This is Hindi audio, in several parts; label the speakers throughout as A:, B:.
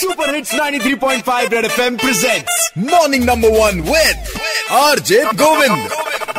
A: Super hits 93.5 red FM presents morning number one with RJ Govind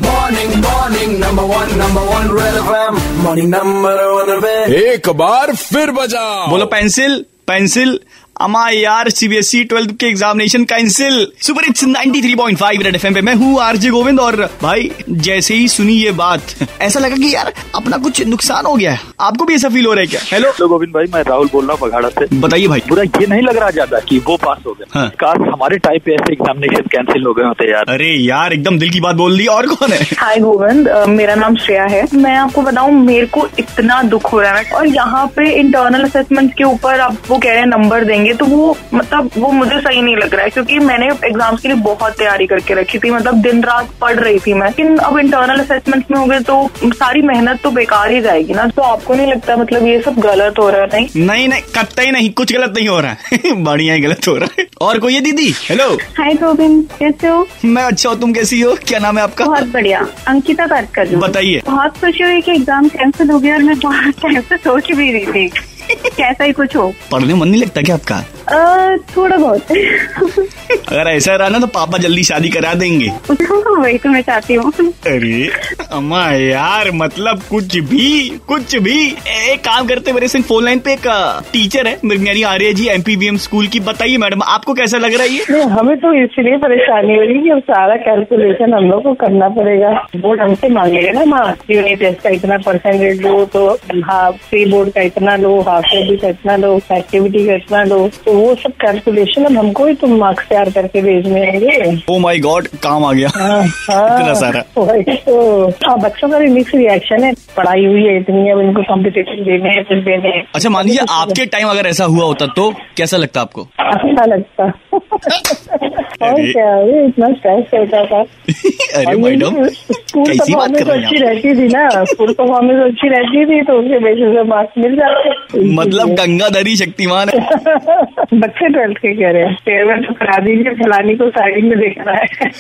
B: Morning, morning, number one, number one, Red FM. Morning, number one, Red.
A: एक बार फिर बजाओ
C: बोलो पेंसिल पेंसिल अमा यार सीबीएसई ट्वेल्थ E के examination cancel super it's 93.5 red FM पे मैं हूँ आरजे गोविंद और भाई जैसे ही सुनी ये बात ऐसा लगा कि यार अपना कुछ नुकसान हो गया है आपको भी ऐसा फील हो रहा है क्या हेलो
D: हेलो गोविंद भाई मैं राहुल बोल रहा हूँ बघाड़ा से
C: बताइए भाई
D: बुरा ये नहीं लग रहा ज्यादा कि वो पास हो गए
C: हाँ।
D: काश हमारे टाइम पे ऐसे एग्जामिनेशन कैंसिल हो गए होते यार
C: अरे यार एकदम दिल की बात बोल दी और कौन है
E: हाय गोविंद अ, Uh, मेरा नाम श्रेया है मैं आपको बताऊं मेरे को इतना दुख हो रहा है और यहाँ पे इंटरनल असेसमेंट के ऊपर आप वो कह रहे हैं नंबर देंगे तो वो मतलब वो मुझे सही नहीं लग रहा है क्योंकि मैंने एग्जाम्स के लिए बहुत तैयारी करके रखी थी मतलब दिन रात पढ़ रही थी मैं लेकिन अब इंटरनल असेसमेंट में हो गए तो सारी मेहनत तो बेकार ही जाएगी ना तो आपको नहीं लगता मतलब ये सब गलत हो रहा है नहीं
C: नहीं नहीं कत्ता ही नहीं कुछ गलत नहीं हो रहा है बढ़िया ही गलत हो रहा है और कोई है दीदी हेलो
F: हाय गोविंद कैसे हो
C: मैं अच्छा हूँ तुम कैसी हो क्या नाम है आपका
F: बहुत बढ़िया अंकिता बात कर रही हूँ
C: बताइए
F: बहुत खुशी हुई कि एग्जाम कैंसिल हो गया और मैं बहुत टाइम से सोच भी रही थी कि ऐसा ही कुछ हो
C: पढ़ने में मन नहीं लगता क्या आपका
F: अ, थोड़ा बहुत
C: अगर ऐसा रहा ना तो पापा जल्दी शादी करा देंगे
F: वही तो मैं चाहती हूँ
C: अरे अम्मा यार मतलब कुछ भी कुछ भी ए- एक काम करते हैं, मेरे संग फोन लाइन पे एक अ, टीचर है मृगनैनी आर्य जी एमपीबीएम स्कूल की बताइए मैडम आपको कैसा लग रहा है ये
G: नहीं हमें तो इसलिए परेशानी हो रही है कि अब सारा कैलकुलेशन हम लोग को करना पड़ेगा बोर्ड हमसे मांगेगा ना मार्क्स यूनिट टेस्ट का इतना परसेंटेज दो तो हाफ प्री बोर्ड का इतना लो हाफ ईयरली का इतना लो एक्टिविटी का इतना लो तो वो सब कैलकुलेशन अब हमको ही तुम मार्क्स तैयार करके भेजने होंगे
C: ओ माय गॉड Oh काम आ गया
G: हाँ, हाँ।
C: इतना सारा।
G: वही तो हाँ बच्चों का भी मिक्स रिएक्शन है पढ़ाई हुई है इतनी अब इनको कॉम्पिटिशन देने हैं फिर देने हैं
C: अच्छा मान लीजिए आपके टाइम अगर ऐसा हुआ होता तो कैसा लगता आपको
G: अच्छा लगता और
C: अरे।
G: क्या ये इतना स्ट्रेस होता था
C: अरे
G: और ये
C: मैडम
G: स्कूल
C: कैसी बात
G: परफॉर्मेंस
C: कर रही हैं आप?
G: अच्छी रहती थी ना स्कूल परफॉर्मेंस अच्छी रहती थी तो उसके बेसिस पे मार्क्स मिल जाते
C: मतलब गंगाधरी शक्तिमान है
G: बच्चे ट्वेल्थ के कह रहे हैं फेयरवेल तो करा दीजिए फलानी को साइड में देखना है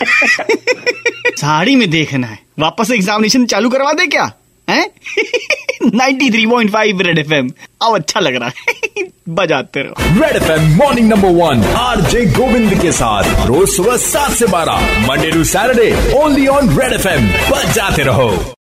C: साड़ी में देखना है वापस एग्जामिनेशन चालू करवा दे क्या हैं 93.5 रेड एफएम अब अच्छा लग रहा है बजाते रहो
A: red FM morning number one RJ Govind के साथ रोज सुबह सात से बारह Monday to Saturday only on red FM बजाते रहो